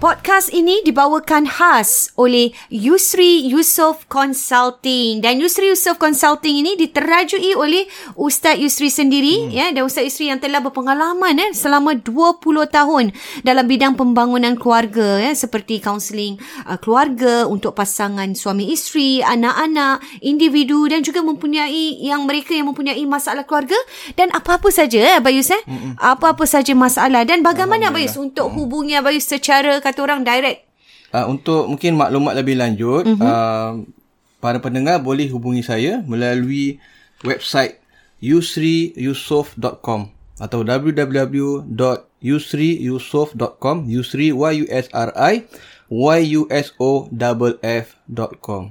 Podcast ini dibawakan khas oleh Yusri Yusof Consulting dan Yusri Yusof Consulting ini diterajui oleh Ustaz Yusri sendiri hmm. ya dan Ustaz Yusri yang telah berpengalaman eh selama 20 tahun dalam bidang pembangunan keluarga ya seperti kaunseling uh, keluarga untuk pasangan suami isteri, anak-anak, individu dan juga mempunyai yang mereka yang mempunyai masalah keluarga dan apa-apa saja eh Bayus eh hmm. apa-apa saja masalah dan bagaimana Bayus Mm. untuk hubungi Bayus secara kata orang direct Uh, untuk mungkin maklumat lebih lanjut, mm-hmm. uh, para pendengar boleh hubungi saya melalui website yusriyusof.com atau www.yusriyusof.com yusri y u s r i y u s o f f.com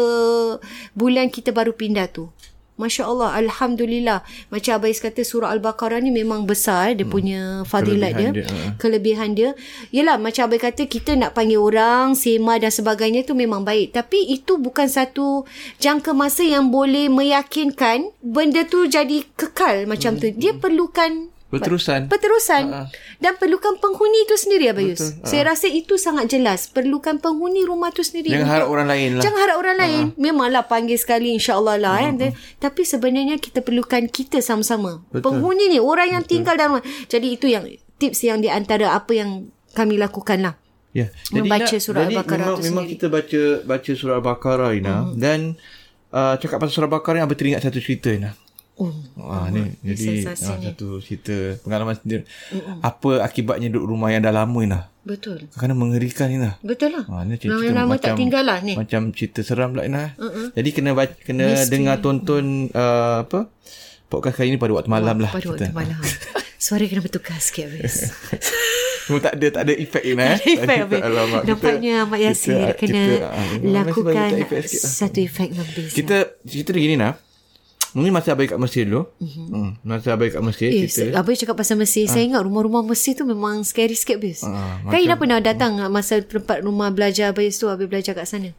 bulan kita baru pindah tu. Masya Allah, Alhamdulillah. Macam Abais kata surah Al-Baqarah ni memang besar eh, dia punya fadilat dia. Hmm. Kelebihan dia, ha. Kelebihan dia. Yelah macam Abais kata kita nak panggil orang, sema dan sebagainya tu memang baik. Tapi itu bukan satu jangka masa yang boleh meyakinkan benda tu jadi kekal macam tu. Dia perlukan Berterusan. Perterusan. Uh-huh. Dan perlukan penghuni itu sendiri Abayus. Betul. Uh-huh. Saya rasa itu sangat jelas. Perlukan penghuni rumah tu sendiri. Jangan harap orang lain lah. Jangan harap orang lain. Uh-huh. Memanglah panggil sekali insya-Allah lah uh-huh. eh. Tapi sebenarnya kita perlukan kita sama-sama. Mm-hmm. Betul. Penghuni ni orang yang Betul. tinggal dalam rumah. Jadi itu yang tips yang di antara apa yang kami lakukan lah. Ya. Membaca Ina, surah jadi Al-Baqarah memang, tu memang sendiri. kita baca baca surah Al-Baqarah Ina hmm. dan uh, cakap pasal surah Al-Baqarah Ina teringat satu cerita Ina. Oh. Wah, Ah, ni jadi sensasi ah, ni. satu cerita pengalaman sendiri. Apa akibatnya duduk rumah yang dah lama Ina? Betul. Kadang-kadang mengerikan Ina. Betul lah. Ha, ni cerita Orang yang lama tak tinggal lah ni. Macam cerita seram pula Ina. Uh-uh. Jadi kena baca, kena Mystery. dengar tonton uh, apa? Podcast kali ni pada waktu malam lah. Pada waktu kita. malam. Suara kena bertukar sikit Abayus. Cuma tak ada tak ada efek Ina eh. efek Tak ada habis. alamak, kita- Nampaknya Mak Yasir kita- kena kita- ah, masih lakukan banyak tak efek sikit lah. satu efek lebih. Kita cerita dia gini nah. Mungkin masa abai kat Mesir dulu. Mhm. Mm-hmm. Hmm, masa abai kat Mesir Eh, kita. se- Abang cakap pasal Mesir. Saya ingat rumah-rumah Mesir tu memang scary sikit, Abis. Ah, kan Ina pernah datang masa tempat rumah belajar Abis tu, Abis belajar kat sana.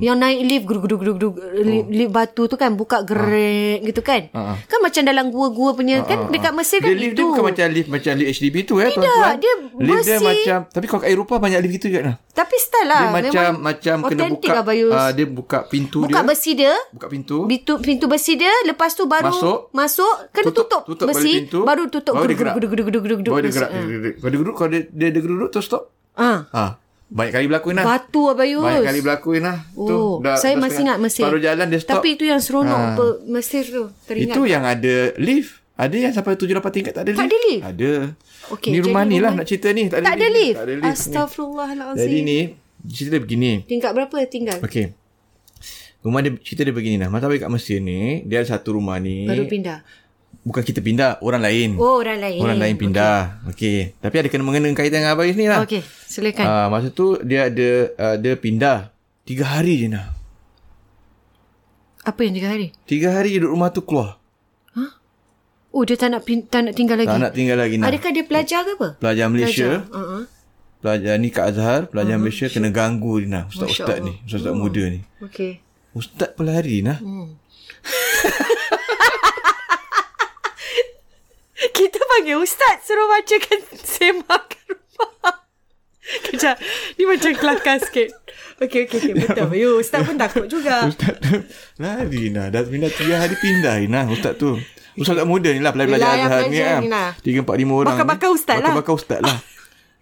Yang naik lift gerug-gerug-gerug lift, lift batu tu kan buka gerek gitu kan. Ah, ah. Kan macam dalam gua-gua punya kan dekat Mesir kan dia lift itu. dia bukan macam lift macam lift HDB tu eh tuan-tuan. dia lift dia bersih. macam tapi kalau kat Eropah banyak lift gitu juga nah. Tapi style lah. Dia macam memang macam kena authentic buka lah, Bayus. ah, dia buka pintu buka dia. besi dia. buka pintu. Pintu, pintu besi dia Lepas tu baru Masuk. Masuk Kena Tutup- tutup, tutup balik Besi pintu. Baru tutup Baru dia gerak. Geduk-geduk-geduk-geduk Baru dia gerak. dia gerak. Kalau dia geruduk kalau dia dia dia geruduk terus stop. Ah, Ha. Banyak kali berlaku nah. Batu Abayus Banyak kali berlaku nah. Oh, saya masih ingat Mesir. Baru jalan dia stop. Tapi itu yang seronok Ah. ha. Mesir tu. Teringat. Itu yang ada lift. Ada yang sampai 7-8 tingkat tak ada Tak lift. ada lift? Ada. Okey, ni rumah jadi ni lah rumah- nak cerita ni. Tak ada, tak ada lift. Tak ada lift. Ni. Astaghfirullahalazim. Jadi ni cerita dia begini. Tingkat berapa tinggal? Okey. Rumah dia cerita dia begini lah. Masa balik kat Mesir ni, dia ada satu rumah ni. Baru pindah. Bukan kita pindah, orang lain. Oh, orang lain. Orang lain pindah. Okey. Okay. Tapi ada kena mengena kaitan dengan Abang Yus ni lah. Okey, kan. silakan. Ah, masa tu dia ada uh, dia pindah. Tiga hari je nak. Apa yang tiga hari? Tiga hari je duduk rumah tu keluar. Oh, dia tak nak, pin, tak nak tinggal lagi. Tak nak tinggal lagi nak. Adakah dia pelajar ke apa? Pelajar Malaysia. Uh-huh. pelajar ni kat Azhar, pelajar Mm-hmm. uh-huh. Malaysia kena ganggu ni nah, ustaz-ustaz ni, ustaz-ustaz Mm. muda ni. Okey. Ustaz pelari nah. Mm. Kita panggil ustaz suruh bacakan semak kat rumah. Kejap. Ni macam kelakar sikit. Okey, okey, okey. Betul. You, ustaz pun takut juga. Ustaz tu lari nah, dah pindah tiga hari pindah ni nah ustaz tu. Ustaz tak muda ni lah pelajar-pelajar Yelah, yang Azhar ni pelajar kan. ni lah. Tiga empat lima orang. ni. Bakar-bakar ustaz lah. Bakar-bakar ustaz lah.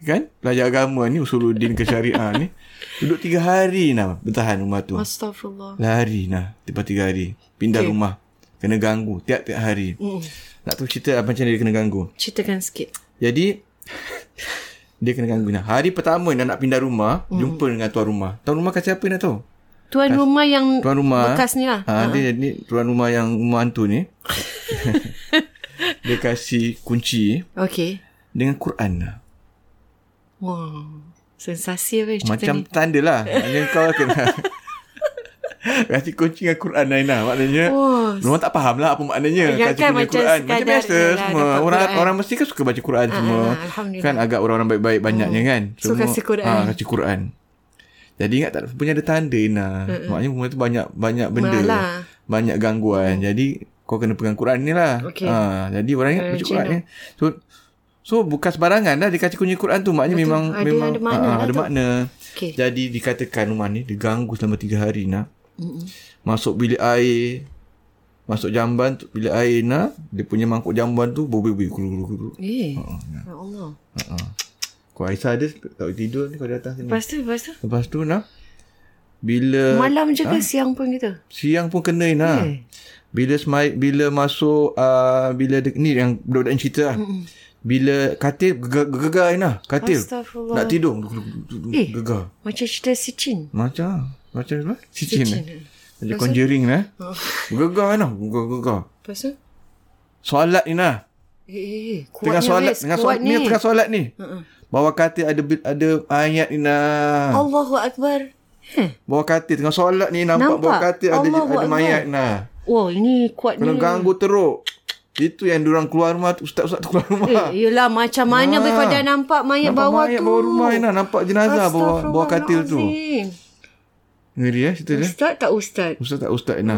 kan? Pelajar agama ni usuluddin ke syariah ni. Duduk tiga hari nah bertahan rumah tu. Astagfirullah. Lari nah Tiba tiga hari Pindah okay. rumah Kena ganggu Tiap-tiap hari mm. Nak tu cerita Macam mana dia kena ganggu Ceritakan sikit. Jadi Dia kena ganggu nah. Hari pertama Dia nak pindah rumah mm. Jumpa dengan tuan rumah Tuan rumah kasi apa nak tahu Tuan rumah yang Tuan rumah bekas ni lah. ha, Dia ni Tuan rumah yang Rumah hantu ni Dia kasih kunci Okey. Dengan Quran lah. Wow. Sensasi apa cerita Macam ni. tanda lah Maknanya kau kena Kasih kunci dengan Quran Naina Maknanya Oh. Memang tak faham lah Apa maknanya Ingatkan Kasih kunci dengan macam Quran Macam sekadar biasa je lah semua dapat Orang Quran. orang mesti kan suka baca Quran semua ah, Alhamdulillah. Kan agak orang-orang baik-baik Banyaknya kan So, Semua- kasih Quran. ah, Kasih Quran Jadi ingat tak Punya ada tanda Ina Hmm, Maknanya rumah tu banyak Banyak benda Malah. Banyak gangguan Jadi kau kena pegang Quran ni lah Hmm. Okey. ha, Jadi orang ingat Ah, baca macam Quran ni So So bukan sembarangan lah Dia kasih kunci Quran tu Maknanya Betul. memang Ada- memang ada makna ah, lah ada tu. makna Okey. jadi dikatakan rumah ni diganggu selama tiga hari nak. Masuk bilik air. Masuk jamban tu bilik air nak. Dia punya mangkuk jamban tu berbuih-buih gulu-gulu. Eh. Oh, Ya Allah. Hmm. Kau Aisyah ada tak boleh tidur ni kau datang sini. Lepas tu, lepas tu. Lepas tu nak. Bila Malam je ha? ke siang pun gitu? siang pun kena nak. Eh. Bila semai, bila masuk uh, bila de, ni yang budak-budak ni cerita lah. Bila katil gegar- gegar Ina, katil. Astaghfirullah. Nak tidur Eh. gegar. Macam cerita si Chin. Macam macam apa? Cicin. Chin. eh? Macam eh? Oh. conjuring lah. Gegar lah. Gegar-gegar. Lepas tu? Solat ni lah. Eh, eh, Tengah kuatnya solat, Riz. tengah Kuat solat ni, tengah solat ni. Mm-mm. Bawah katil ada bi- ada ayat ni nah. Allahu Akbar. Eh, Huh. Bawah katil tengah solat ni Nampak. nampak, bawah katil ada Allahu ada Akbar. mayat nah. Oh, ini kuatnya. Kena ganggu teruk. Itu yang diorang keluar rumah tu, ustaz-ustaz tu keluar rumah. Eh, yelah macam mana Ah. boleh kau dah nampak mayat nampak bawah mayat tu. bawah rumah Ina nampak jenazah bawah bawah lah katil tu. Astaghfirullahalazim. Ngeri eh cerita dia. Ustaz tak ustaz? Ustaz tak ustaz Ina.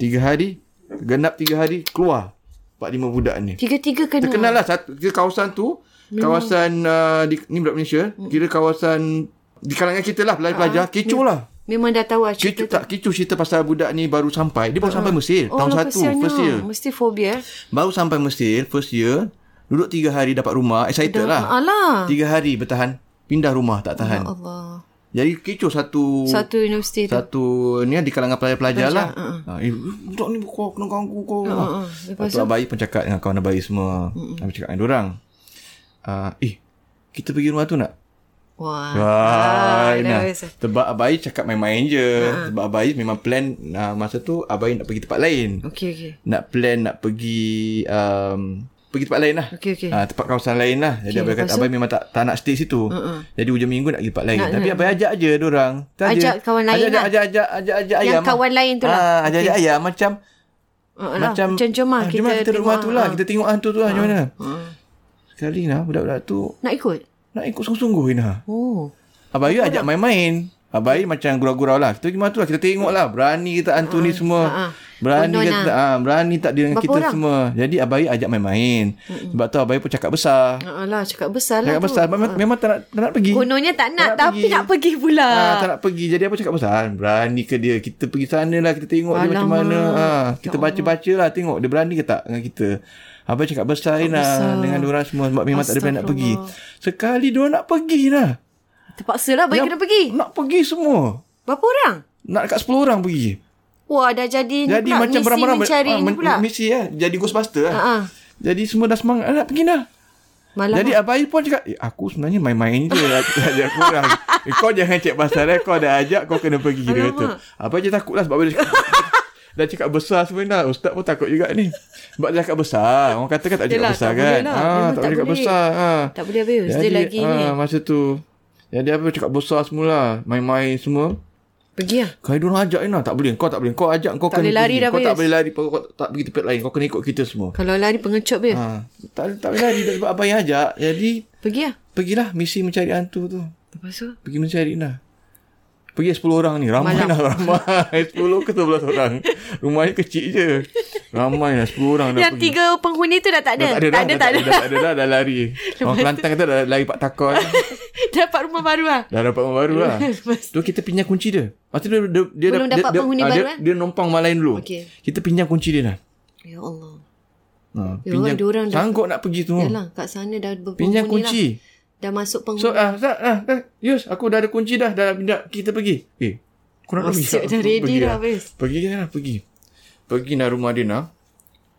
Tiga hari, genap tiga hari keluar. Empat lima budak ni. Tiga-tiga kena. Terkenal lah satu kira kawasan tu kawasan uh, di, ni budak Malaysia kira kawasan di kalangan kita lah pelajar-pelajar kecoh lah Memang dah tahu lah cerita kecoh Ah, tak kecoh cerita pasal budak ni baru sampai dia baru sampai Mesir tahun lah, satu kesiannya. first year Mesti fobia. eh. baru sampai Mesir first year duduk tiga hari dapat rumah excited lah Alah. tiga hari bertahan pindah rumah tak tahan Allah. jadi kecoh Ah. satu Satu universiti tu. satu ni di kalangan pelajar-pelajar lah. Ha, eh, budak ni kau kena ganggu kau. uh. Ha, Lepas Lepas tu Abai pun cakap dengan kawan Abai semua. Abai cakap dengan orang. Uh, eh, kita pergi rumah tu nak? Wah. Wah, dah nah. biasa. Sebab Abai cakap main-main je. Sebab Abai memang plan uh, masa tu Abai nak pergi tempat lain. Okey, okey. Nak plan nak pergi um, pergi tempat lain lah. Okey, okey. Ah, tempat kawasan lain lah. Okey, Jadi Abai lepas kata tu? Abai memang tak, tak nak stay situ. Uh-uh. Jadi hujung minggu nak pergi tempat lain. Tapi Abai ajak je orang. Ajak kawan lain ajak, lah. Ajak, ajak, ajak, ajak Yang ayam. lah. kawan lain tu lah. Ah, ajak, ajak ayam. Macam Uh, macam macam jom lah ah, kita, jom lah kita tengok rumah tu lah. ah. Kita tengok hantu tu lah macam mana. Ah. Sekali lah budak-budak tu Nak ikut? nak ikut sungguh-sungguh ha. Ina. Oh. Abang Ayu ajak main-main. Abang Ayu macam gurau-gurau lah. Kita pergi mana tu lah. Kita tengok lah. Berani kita hantu ni semua. ha, ha. Berani Konon kita, ha, berani tak dia dengan Berapa kita orang? semua. Jadi Abang Ayu ajak main-main. Sebab tu Abang Ayu pun cakap besar. Ah, Alah, cakap besar lah Cakap tu. besar. Memang, memang tak nak, tak nak pergi. Kononnya tak nak, Tak nak tapi pergi. nak pergi pula. Ha, tak nak pergi. Jadi apa cakap besar. Berani ke dia? Kita pergi sana lah. Kita tengok dia macam Alamak. Ya mana. Ha, kita baca-baca lah. Tengok dia berani ke tak dengan kita. Abang cakap besar Ina dengan diorang semua sebab memang tak ada plan nak pergi. Sekali diorang nak pergi lah. Terpaksalah Ya. baik lah kena pergi. Nak pergi semua. Berapa orang? Nak dekat 10 orang pergi. Wah, dah jadi ni Jadi pula, macam misi beramai-ramai mencari ah, ni men- pula. Misi ya, jadi ghostbuster lah. Ah, ah. Jadi semua dah semangat ah, nak pergi dah. Malam Jadi Abah Ayu pun cakap, eh, aku sebenarnya main-main je lah ajak korang. Eh, kau jangan cek pasal eh, kau dah ajak, kau kena pergi. Dia kata. Abah je takut lah sebab dia cakap, dah cakap besar sebenarnya. Ustaz pun takut juga ni. Sebab dia cakap besar. Orang kata kan tak ajak Yelah, besar tak kan. boleh lah. Ah, Memang tak tak boleh cakap boleh. besar. ah. tak boleh abuse. Dia lagi ni. ah, Masa tu. Jadi Abah cakap besar semula. Main-main semua. Pergi lah. Kau diorang ajak Ina Tak boleh Kau tak boleh Kau ajak Kau Tak kena boleh lari pergi. dah, Kau tak Fiz. boleh lari Kau kau tak pergi tempat lain Kau kena ikut kita semua Kalau lari pengecut dia. ha. tak, tak boleh lari dah Sebab abang yang ajak Jadi Pergi lah. Pergilah misi mencari hantu tu Lepas tu? Pergi mencari Ina Pergi 10 orang ni Ramai lah Ramai 10 ke 11 orang Rumahnya kecil je Ramai lah 10 orang dah Yang pergi tiga penghuni tu dah tak Dah ada. tak ada dah, tak dah, tak ada, ada. dah, tak ada dah, dah lari Orang Kelantan kata dah lari Pak Takor Dapat rumah baru lah. Dah dapat rumah baru lah Lepas- Tu kita pinjam kunci dia Lepas tu dia, dia, dia Belum dia, dapat dia, penghuni ah, baru, dia, eh? dia numpang malam dulu Okey. Kita pinjam kunci dia lah Ya Allah. Ha, Ya, orang- diorang dah- sanggup nak pergi tu. Yalah, kat sana dah berpenghuni lah. Pinjam Hmm. kunci. Dah masuk So penghuni. ah, Zat, ah, ah, Yus, aku dah ada kunci dah, dah pindah kita pergi. Eh, Oh, kurang siap, dah ready dah, Fiz. Pergi lah, pergi. Pergi nak rumah dia nak.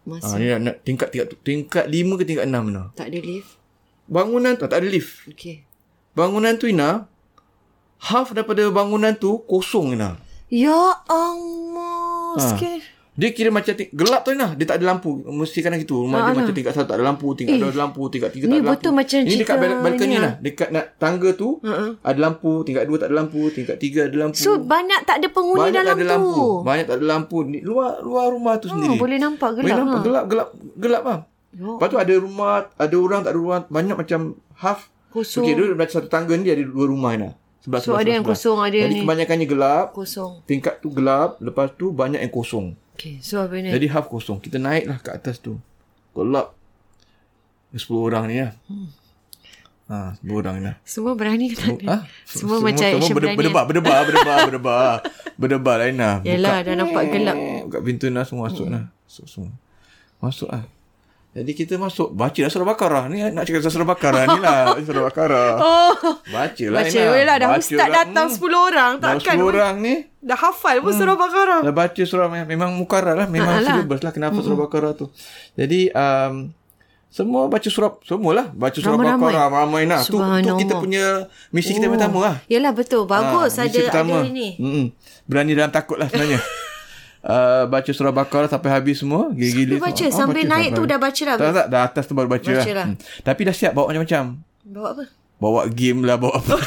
Masuk. Ha, ni nak, nak tingkat tingkat tingkat 5 ke tingkat 6 nak. Tak ada lift. Bangunan tu tak ada lift. Okey. Bangunan tu Ina half daripada bangunan tu kosong Ina. Ya Allah. Ha. Sikit. Dia kira macam ting- gelap tu Ina, dia tak ada lampu. Mesti kadang gitu. Rumah dia macam tingkat 1 tak ada lampu, tingkat 2 ada lampu, tingkat 3 Ah, Eh. tak ni ada lampu. betul macam Ini dekat cerita bal- balcony ni lah. Dekat nak tangga tu Ha-ha. ada lampu, tingkat 2 tak ada lampu, tingkat 3 ada lampu. So, banyak tak ada penghuni Hmm. tak dalam ada tu. Ah, lampu. Banyak tak ada lampu. Ni, luar luar rumah tu sendiri. boleh nampak gelap, Boleh nampak ha. gelap gelap gelap lah. Ya. Lepas tu ada rumah, ada orang tak ada orang banyak macam half. Kosong. Okey, dia macam satu tangga ni dia ada dua rumah Ina. Sebelah So, ada yang kosong, ada yang Jadi ni. kebanyakannya gelap. Kosong. Tingkat tu gelap, lepas tu banyak yang kosong. Okey. So, apa ni? Jadi half kosong. Kita naiklah ke atas tu. Gelap. 10 orang ni lah. Hmm. Ha, 10 orang ni lah. Semua berani ke tak ada? Ha? Semua, macam action berani. berdebar, berdebar, berdebar, berdebar, berdebar. Berdebar lah Ina. eh? Yelah, dah nampak gelap. Hmm. Buka pintu Ina semua masuk lah. Masuk semua. Masuk lah. Jadi kita masuk. Baca dah surah bakarah. Ni nak cakap surah bakarah ni lah. Surah bakarah. Oh. Baca lah Baca Ina. lah. Dah Baca ustaz lah. datang Hmm. 10 orang. Dah Hmm. Takkan. 10 orang ni. Dah hafal pun surah Baqarah. Dah baca surah Mem- memang mukarrar lah memang Ha, Ah. alah. syllabus lah kenapa surah Baqarah tu. Jadi um, semua baca surah semualah baca surah Ramai-ramai. Baqarah ramai nah. Tu, tu Subhanallah. kita punya misi kita pertama lah. Yelah betul. Bagus Ah, ada misi ada ni. Mm-mm. Berani dalam takut lah sebenarnya. uh, baca surah Bakar sampai habis semua. Ah, Gila-gila. Dia baca oh, sambil naik tu dah baca dah. Tak, tak, dah atas tu baru baca, Baca lah. lah. Hmm. Tapi dah siap bawa macam-macam. Bawa apa? Bawa game lah, bawa apa.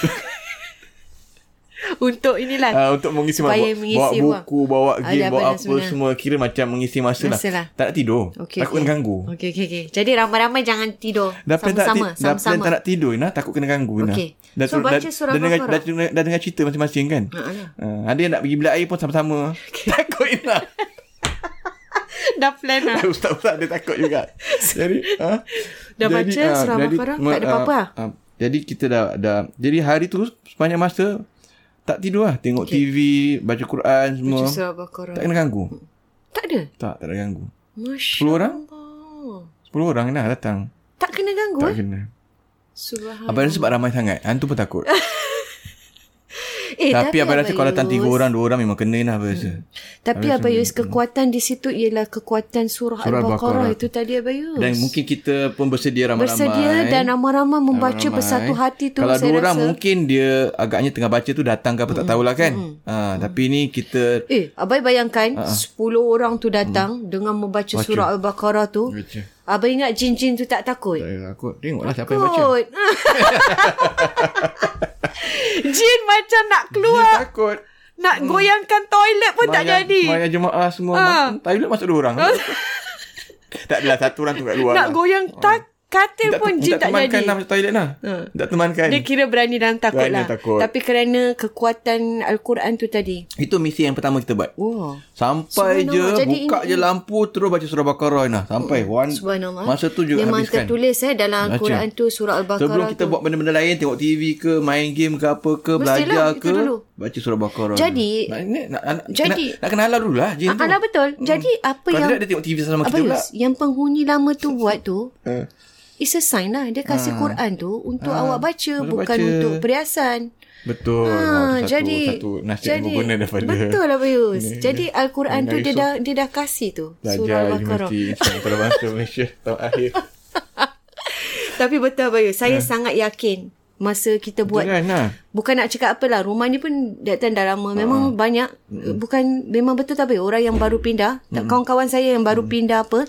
Untuk inilah. Ah, untuk mengisi masa Supaya bawa, mengisi bawa wang. buku bawa Ada game apa bawa dah apa sebenarnya. semua kira macam mengisi masa, Masa lah. lah tak nak tidur Okey, takut okey. kena ganggu Okey, okey, okey. Jadi ramai-ramai jangan tidur. dah plan tak, sama-sama. ti- dah plan tak Sama-sama. nak tidur Ina takut kena ganggu Ina Okey. dah, So, tu- baca dah, surah dah, dengar, Baqarah. dah, dengar, dah dengar cerita masing-masing kan Ha, alah. uh, ada yang nak pergi bilik air pun sama-sama takut lah. Ina dah plan lah. ustaz-ustaz dia takut juga jadi ha? ah, Dah baca surah Baqarah, tak ada apa-apa lah? uh, jadi kita dah, dah jadi hari tu sepanjang masa tak tidur lah tengok okay. TV baca Quran semua Baca surah Baqarah. tak kena ganggu Tak ada. tak tak ada ganggu Masya 10 orang Allah. 10 orang dah datang. Tak kena ganggu Tak eh? kena. Subhanallah. Abang rasa sebab ramai sangat. Hantu pun takut. Eh, tapi abang rasa kalau datang tiga Yus- orang, dua orang memang kena lah abang rasa. Tapi Abang Yus kekuatan di situ ialah kekuatan surah, Surah Al-Baqarah Al-Baqarah. itu tadi Abang Yus. Dan mungkin kita pun bersedia ramai-ramai. bersedia dan ramai-ramai membaca Ramai-ramai. bersatu hati tu Kalau saya dua orang rasa. Hmm. mungkin dia agaknya tengah baca tu datang ke apa tak tahulah kan. Ha, Tapi ni kita Eh, abai bayangkan Ha, 10 orang tu Hmm. datang dengan membaca surah Al-Baqarah tu. baca. Abai ingat jin-jin tu tak takut. Aku tengoklah siapa yang baca. Takut. jin macam nak keluar, Dia takut. nak goyangkan toilet pun tak Mayang- jadi. Ha. Mayang jemaah semua. Ma- Toilet masuk dua orang. tak adalah satu orang tu kat luar. Nak lah. goyang tak katil Tak- pun jin tak temankan jadi. Ha. lah masuk toilet lah. Tak temankan. Dia kira berani dan takut lah. Berani takut. Tapi kerana kekuatan Al-Quran tu tadi. Itu misi yang pertama kita buat. Wow. Sampai je Subhanallah. Jadi Oh, buka je lampu terus baca surah Baqarah nah. Sampai wan, Subhanallah. masa tu juga Memang habiskan. tertulis eh dalam Al-Quran tu surah Al-Baqarah Sebelum tu. kita buat benda-benda lain tengok TV ke main game ke apa ke belajar itu ke dulu. baca surah Baqarah. Jadi- nak, nak, nak, nak, Jadi- nak, nak kena halal dululah jin Ah, tu. Hmm. Alah betul. Jadi apa Kalau yang tidak dia tengok TV sama apa kita pula. Yus, yang penghuni lama tu buat tu Eh. It's a sign lah. Dia kasih Quran tu untuk awak baca. Bukan untuk baca. untuk periasan. Betul. Ah, Ha, satu, jadi satu nasihat yang berguna daripada Betul lah Bayus. Ni. Jadi Al-Quran tu Dari dia sur- dah dia dah kasih tu surah Belajar Al-Baqarah. Universiti Islam Perbankan Malaysia tahun akhir. Tapi betul Bayus, saya Ya. sangat yakin masa kita buat Jangan lah. Bukan nak cakap apa lah Rumah ni pun Datang dah lama Memang Ah. banyak Bukan Memang betul tak Bayu Orang yang baru pindah tak Kawan-kawan saya yang baru pindah apa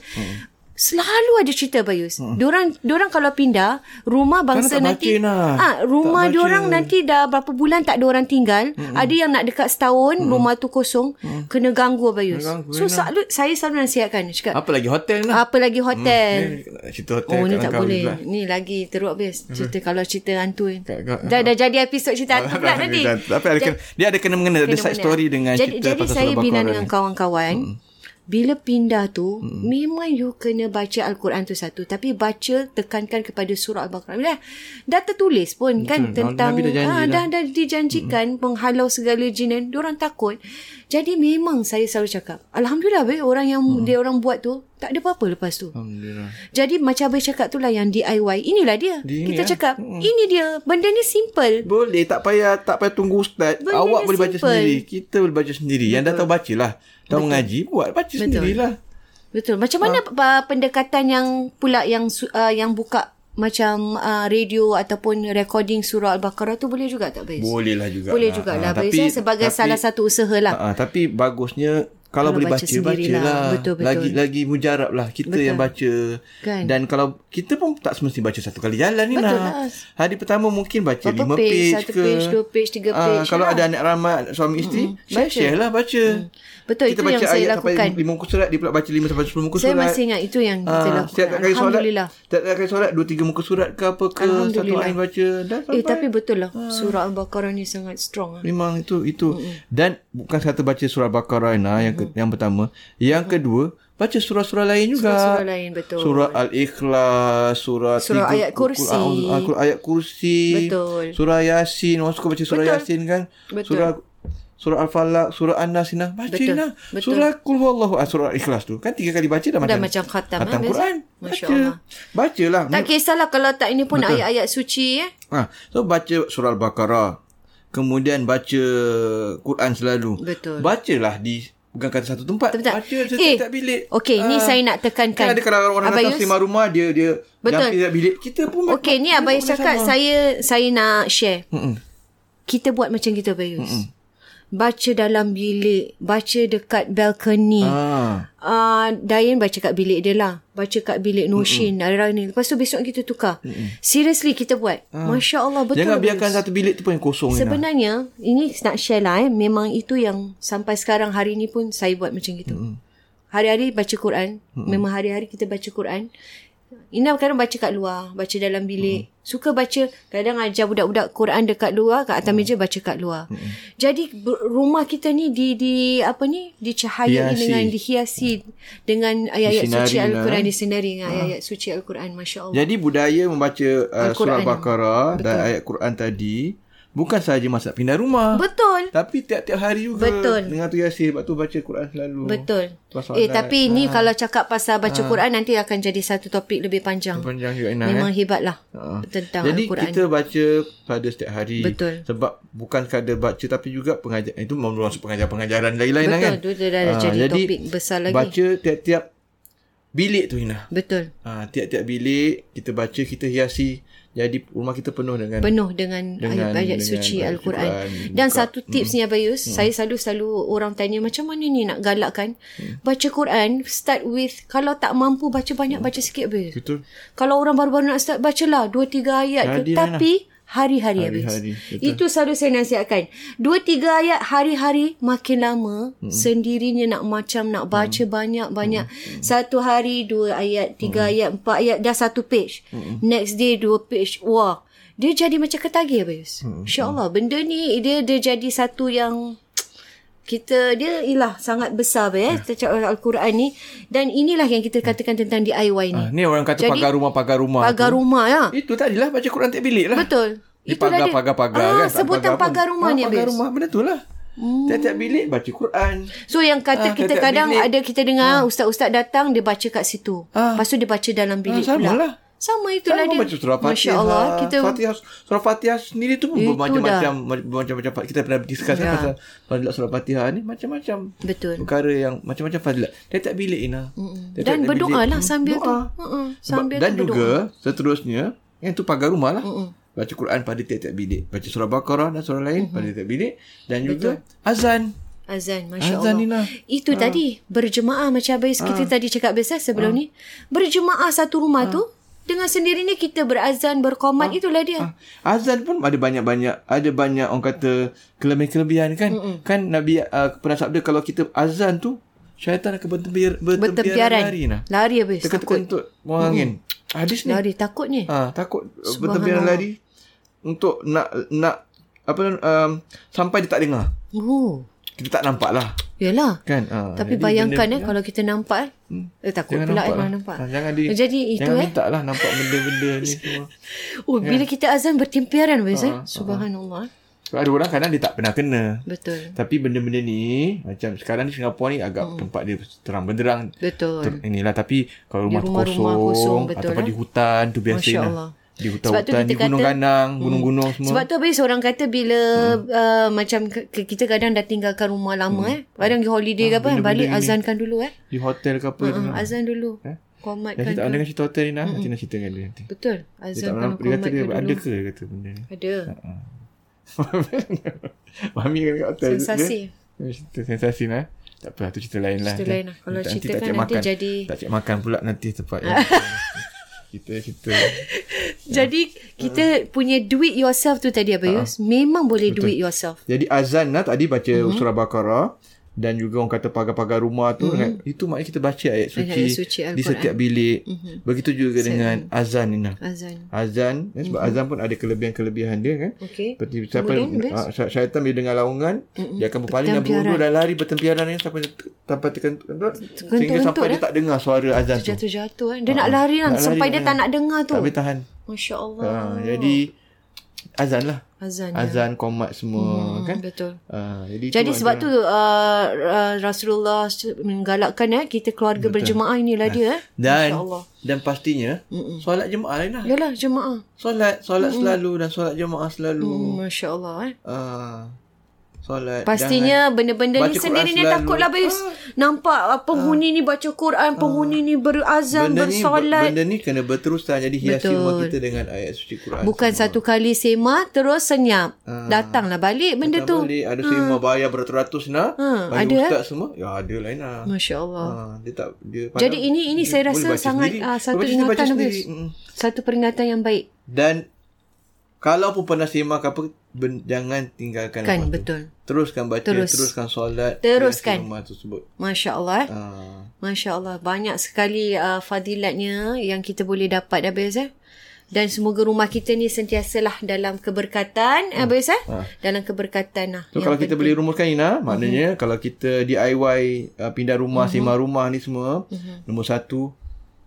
Selalu ada cerita Bayus Diorang Diorang kalau pindah Rumah bangsa tak nanti baca lah. ah, Rumah Tak baca. diorang nanti Dah berapa bulan Tak ada orang tinggal Ada yang nak dekat setahun Rumah tu kosong Kena ganggu Bayus Kena ganggu, So Rina. selalu Saya selalu nasihatkan Cakap Apa lagi hotel lah. Apa lagi hotel Eh, Cerita hotel Oh kat ni tak Langkawi boleh pula. Mhm. Ni lagi teruk habis Cerita kalau cerita hantu ni Kat- kat- Dah dah jadi episod cerita hantu pula nanti Tapi ada kena, dia ada kena mengena ada side Fenomena. story dengan jadi, cerita Jadi pasal saya Surah bila Baqarah dengan ni. Hmm. kawan-kawan Bila pindah tu Memang you kena baca Al-Quran tu satu Tapi baca tekankan kepada surah Al-Baqarah Dah, dah tertulis pun kan Nabi Tentang dah janji ah, dah. Hmm. dah, dah dijanjikan Penghalau segala jin dan Diorang takut Jadi memang saya selalu cakap Alhamdulillah be, orang yang Hmm. dia orang buat tu Tak ada apa-apa lepas tu Alhamdulillah. jadi macam abang cakap tu lah yang DIY. Inilah dia. Dia Kita ni, eh. cakap, ini dia. Benda ni simple. Boleh tak payah tak payah tunggu ustaz. Benda Awak dia boleh baca simple. sendiri. Kita boleh baca sendiri. Yang dah tahu bacalah. Tahu mengaji buat baca sendirilah. Betul. Macam mana Ah. ha. pendekatan yang pula yang su- uh, yang buka macam uh, radio ataupun recording surah Al-Baqarah tu boleh juga tak Bayus? Boleh lah juga. Boleh jugalah. Ha, Bayus kan sebagai salah satu usaha lah. Ha, tapi bagusnya kalau, Kalau boleh baca baca, sendirilah. baca lah. Betul, betul. Lagi lagi mujarab lah. Kita yang baca. Kan. Dan kalau kita pun tak semestinya baca satu kali jalan ni Betul lah. Hari pertama mungkin baca Berapa lima page? page, Satu ke. page, dua page, tiga Ah, page Kalau lah. Mm. ada anak ramai, suami isteri, share, share lah baca. Betul, itu kita baca yang saya ayat lakukan. sampai lima muka surat, dia pula baca lima sampai sepuluh muka Saya surat. masih ingat itu yang kita Ah, lakukan. setiap kali solat Alhamdulillah. Setiap kali solat Dua tiga muka surat ke apa ke Satu Alhamdulillah. ayat baca Dah sampai Ah. Eh tapi betul lah. Surah Al-Baqarah ni sangat strong lah. Memang itu itu dan bukan kata baca surah Baqarah nah yang ke, yang pertama, yang kedua baca surah-surah lain juga. Surah lain betul. Surah Al-Ikhlas, surah Surah tiga- Ayat Kursi. Ah, Al- ayat kursi. Betul. Surah Yasin, orang suka baca surah Betul. Yasin kan? Betul. Surah Surah Al-Falaq, surah An-Nas nah. Baca Betul. nah. Betul. Surah Qul Huwallahu Ahad, surah Al-Ikhlas tu. Kan tiga kali baca dah, Dah macam macam khatam, khatam eh, Quran. Masya Baca. lah. Allah. Bacalah. Tak kisahlah kalau tak ini pun ayat-ayat suci eh. Ha, so baca surah Al-Baqarah. Kemudian baca Quran selalu. Betul. Bacalah di bukan kata satu tempat. Betul tak? Baca Eh, setiap eh, bilik. okey, ni saya nak tekankan. Kan ada kalau orang Abang datang Yus? selimah rumah dia dia Betul. yang tidak bilik kita pun baca- Okey, ni kita abang pun cakap sama. saya saya nak share. Mm-mm. Kita buat macam kita Bayus. Mm-mm. baca dalam bilik, baca dekat balcony. Ah. Ah. Uh, Dayan baca kat bilik dia lah. Baca kat bilik Noshin, mm-hmm. Arani. Lepas tu besok kita tukar. Mm-hmm. Seriously kita buat. Masya Allah betul. Ah. Jangan bagus. biarkan satu bilik tu pun yang kosong. Seben- Sebenarnya ini nak share lah eh, memang itu yang sampai sekarang hari ni pun saya buat macam gitu. Mm-hmm. Hari-hari baca Quran, mm-hmm. memang hari-hari kita baca Quran. Ina kadang baca kat luar, baca dalam bilik. Mm-hmm. Suka baca, kadang ajar budak-budak Quran dekat luar, kat atas mm-hmm. meja baca kat luar. Mm-hmm. Jadi ber- rumah kita ni di di apa ni? dicahayai Hiasi. dengan dihiasi dengan ayat-ayat Disinari suci lah, Al-Quran, eh. disinari dengan ayat-ayat suci Al-Quran, masya-Allah. Jadi budaya membaca uh, surah Al-Quran. Al-Baqarah dan ayat Quran tadi bukan sahaja masa nak pindah rumah. Betul. Tapi tiap-tiap hari juga Betul. Dengan tu Yasir Sebab tu baca Quran selalu Betul. Lepas Eh solat, tapi Ah. ni kalau cakap pasal baca Quran nanti akan jadi satu topik lebih panjang. Panjang juga Inah Memang eh? hebatlah Ha. tentang Jadi Al-Quran. kita baca pada setiap hari Betul. Sebab bukan sekadar baca Tapi juga pengajar Itu masuk pengajar-pengajaran lain-lain Inah, Betul, kan tu dah- dah Ah, jadi topik besar lagi. Baca tiap-tiap bilik tu Inah Betul. ha, Tiap-tiap bilik Kita baca, kita hiasi Jadi rumah kita penuh dengan Penuh dengan, Dengan- ayat-ayat dengan suci ayat Al-Quran. Al-Quran. Dan Buka. Hmm. satu tips ni Abayus, saya selalu-selalu orang tanya macam mana ni nak galakkan. Hmm. Baca Quran, start with, kalau tak mampu baca banyak, baca sikit Abayus. Betul Kalau orang baru-baru nak start, bacalah 2-3 ayat ke. Jadi, Tapi hari-hari habis. Hari-hari, betul. Itu selalu saya nasihatkan. 2-3 ayat hari-hari makin lama sendirinya nak macam nak baca banyak-banyak. Satu hari dua ayat, tiga ayat, empat ayat dah satu page. Next day dua page. Wah. Dia jadi macam ketagih habis. InsyaAllah benda ni dia dia jadi satu yang kita dia ialah sangat besar eh tercakap Al-Quran ni dan inilah yang kita katakan tentang DIY ni. ha, Ni orang kata Hmm. Jadi, pagar rumah-pagar rumah Pagar tu. rumah ya. Itu tadilah baca Quran tiap bilik lah Betul. Di Itulah dia. pagar, pagar, pagar ah, kan. Tak Sebutan pun. pagar rumah Ah, ni Pagar habis. Hmm. rumah, benda tu lah. Tiap-tiap bilik baca Quran. So yang Ah, kata kita dekat kadang bilik. ada kita dengar ustaz-ustaz datang dia baca kat situ. Ah. Lepas tu dia baca dalam bilik sama pula. lah. Sama itulah Kalau dia. baca surah Fatihah. Masya-Allah kita Fatihah, surah Fatihah sendiri tu pun Itu bermacam-macam. Bermacam-macam. Kita pernah discuss Ya. yeah. pasal fadilat surah Fatihah ni. Macam-macam. betul. Perkara yang macam-macam fadilat. Tiap-tiap bilik Ina. Tiap-tiap Dan bilik. berdoa lah Mm, sambil tu. doa. Uh-uh, Sebab- sambil Dan tu juga berdoa. seterusnya. Yang tu pagar rumah lah. Baca Quran pada tiap-tiap bilik. Baca surah Baqarah dan surah lain pada tiap bilik. Dan juga azan. Azan, Masya Azan, Allah. lah. Ah. Nina. Itu tadi, berjemaah macam habis Ah. kita tadi cakap biasa sebelum ni. Berjemaah satu rumah tu, dengan sendirinya kita berazan, berkomat, Ah. itulah dia. Azan pun ada banyak-banyak ada banyak orang kata kelebihan-kelebihan kan. Mm-mm. Kan Nabi uh, pernah sabda kalau kita azan tu syaitan akan bertempir, bertempiaran Bertempiaran. lari nah. Lari habis. Takut. Tekan-tekan untuk angin. Mm. Hadis ni. Lari takut ni. Ah takut uh, bertempiaran lari untuk nak nak apa um, sampai dia tak dengar. Oh. Kita tak nampak lah Yalah. kan. Ah, Tapi jadi bayangkan benda- Hmm. eh kalau kita nampak eh. Eh takut Jangan pula nampak eh lah. kalau nampak. Ah, jangan di, Jadi itu jangan ya. eh. minta lah nampak benda-benda ni semua. Oh bila kita azan bertempiaran Ah, weh eh. Subhanallah. Sebab ada orang kadang dia tak pernah kena. Betul. Tapi benda-benda ni macam sekarang ni Singapura ni agak hmm. tempat dia terang benderang. Mm. Ter, Betul. inilah tapi kalau Di rumah, tu rumah-rumah kosong, kosong, kosong betul, ataupun eh? di hutan tu biasa Masya lah. Allah. Di Sebab tu hutan-hutan, kita di gunung kata- mm, ganang, gunung-gunung semua. Sebab tu habis orang kata bila hmm. uh, macam ke, ke- kita kadang dah tinggalkan rumah Hmm. lama eh. Kadang pergi holiday Ah, ke apa eh. Balik azankan dulu eh. di hotel ke apa. Ha, azan dulu. Eh? Dah Komatkan cerita dulu. dengan cerita hotel ni nah. Nanti nak cerita dengan dia nanti. Betul. Dia tak Azan pernah kan dia komat kata dia dulu. ada ke dia kata benda ni. Ada. Mami kan kat hotel. Sensasi. Dia, dia cerita sensasi nah. Tak apa, tu cerita lain lah. Cerita lain lah. Kalau Nanti cerita tak kan cek nanti makan. jadi- Tak cek makan pula nanti tempat ya. Kita kita Ya. Jadi Eh. kita punya do it yourself tu tadi Ha. Abayus. Memang boleh do it yourself. Jadi azan lah tadi baca Mhm. mm-hmm. surah Baqarah dan juga orang kata pagar-pagar rumah tu mm-hmm. itu maknanya kita baca ayat suci, Ayat Mhm. suci Al-Quran. Mhm. di setiap bilik. Mm-hmm. Begitu juga dengan azan ni nah. Azan. Mhm. Azan ya, sebab mm-hmm. azan pun ada kelebihan-kelebihan dia kan. Okey. Seperti siapa Kemudian, best. ah, sy- syaitan bila dengar laungan dia akan berpaling dan Bertempiaran. berudur dan lari bertempiaran ni sampai sampai tekan sehingga Kentut-kentut, sampai dia tak dengar suara azan tu. Jatuh-jatuh kan. Dia nak lari kan. Ha. Nak lari Sampai dia kan. tak nak dengar tu. Tak boleh tahan. Masya Allah. Ah, jadi azan lah. Azan. ya. Azan komat semua Hmm, kan. Betul. Ah, jadi Jadi itu sebab tu uh, uh, Rasulullah menggalakkan eh, kita keluarga berjemaah inilah dia. Eh. Dan InsyaAllah. dan pastinya Mm-mm. solat jemaah lain lah. Yalah jemaah. Solat solat mm. selalu dan solat jemaah selalu. Mm. Masya Allah eh. Uh, solat. Pastinya jangan eh. benda-benda baca ni Quran sendiri dia selalu. takutlah Bayus. Nampak ah, penghuni ni baca Quran, penghuni ni berazan, Ah. Benda ni, bersolat. benda ni kena berterusan. Jadi hiasi Betul. rumah kita dengan ayat suci Quran. Bukan satu kali sema terus senyap. Ah, Datanglah balik benda Tak tu. Mm. boleh ada sema bayar beratus-ratus nak. Ha, Bagi ada, ustaz semua. Ya ada lain lah. Masya-Allah. Ha, dia tak dia pandang- Jadi ini ini dia saya boleh rasa baca sangat sendiri. ah, satu Baca sendiri, baca ingatan sendiri. Bayus. Mm-mm. Satu peringatan yang baik. Dan kalau pun pernah semak apa ben, jangan tinggalkan Kan rumah tu. betul. Teruskan baca, Terus. teruskan solat. Teruskan. hiasi rumah tersebut. Masya-Allah. eh. Ha. Masya Allah. Banyak sekali uh, fadilatnya yang kita boleh dapat dah Bez eh. Dan semoga rumah kita ni sentiasalah dalam keberkatan. Hmm. Abis eh? Dalam keberkatan lah. Ah. Yang So kalau kita penting. Mhm. beli rumah kan Ina, maknanya kalau kita DIY uh, pindah rumah, semak rumah ni semua, nombor satu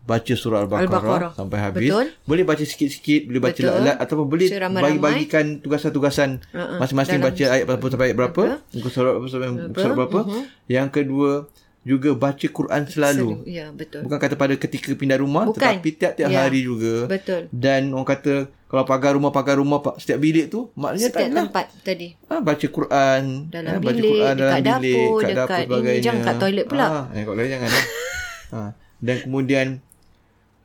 baca surah Mhm. Al-Baqarah. Al-Baqarah sampai habis. Betul. Boleh baca sikit-sikit, boleh baca Betul. lalat ataupun boleh Baca ramai-ramai. bagi-bagikan tugasan-tugasan Ha-ha. masing-masing Dalam baca ayat berapa sampai ayat berapa, muka surat berapa sampai muka surat berapa. Mhm. Yang kedua juga baca Quran selalu. Ya, betul. Bukan kata pada ketika pindah rumah Bukan. tetapi tiap-tiap Ya. hari juga. Betul. Dan orang kata kalau pagar rumah pagar rumah pa- setiap bilik tu maknanya Setiap tak nak tempat tadi. Ha, baca Quran Dalam ha, baca bilik, Quran dalam dekat bilik, dapur, kat dekat dapur ini, sebagainya. jangan kat toilet pula. Ha, eh, kat toilet jangan. eh. ha. Dan kemudian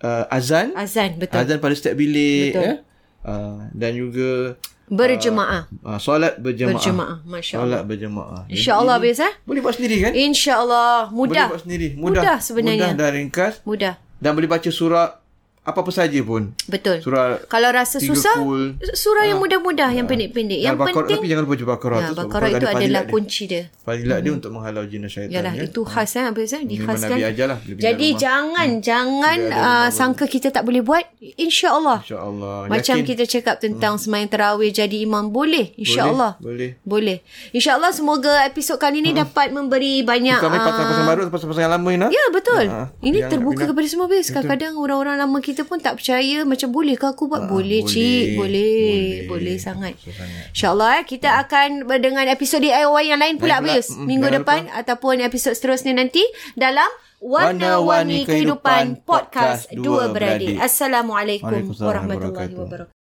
uh, azan, Azan, betul. azan pada setiap bilik Betul. ya. Uh, dan juga Berjemaah. uh, solat berjemaah. Berjemaah. Masya Allah. Solat berjemaah. Jadi, InsyaAllah Bez eh. Boleh buat sendiri kan? InsyaAllah. Boleh Mudah. buat sendiri. Mudah. Mudah sebenarnya. Mudah dan ringkas Mudah. dan boleh baca surah apa-apa saja pun. Betul. Surah Kalau rasa tiga Ah. susah, kul. surah yang mudah-mudah, yang pendek-pendek. Yang Al-Baqarah penting, tapi jangan lupa baca Baqarah ya, tu sebab Baqarah itu ada adalah fadilat dia. kunci dia. Fadilat dia untuk menghalau jina syaitan. Yalah, kan? itu khas eh, Abis eh, Memang dikhaskan. Nabi ajar lah. bila pindah Jadi rumah. Hmm. jangan, jangan uh, sangka kita tak boleh buat. InsyaAllah. InsyaAllah. Macam Yakin? Hmm. kita cakap tentang semayang tarawih jadi imam boleh. InsyaAllah. Boleh. Boleh. InsyaAllah semoga episod kali ni dapat memberi banyak... Hmm. Bukan main ah, pasang-pasang baru, pasang-pasang yang lama ni. Ya, betul. Ah, Ini yang terbuka nak kepada semua, Bez. Kadang-kadang orang-orang lama kita pun tak percaya macam boleh ke aku buat? boleh, Ah, Oh, boleh. cik. Boleh. Boleh, Boleh. sangat. Betul sangat. InsyaAllah eh, kita akan dengan episod DIY yang lain pula, Lain pula. Bez. Mm, Minggu jangan depan ataupun episod seterusnya nanti dalam Warna-Warni Warna-Warni Kehidupan Kehidupan Podcast Podcast Dua Dua Beradik. Beradik. Assalamualaikum Waalaikumsalam warahmatullahi wabarakatuh. wabarakatuh.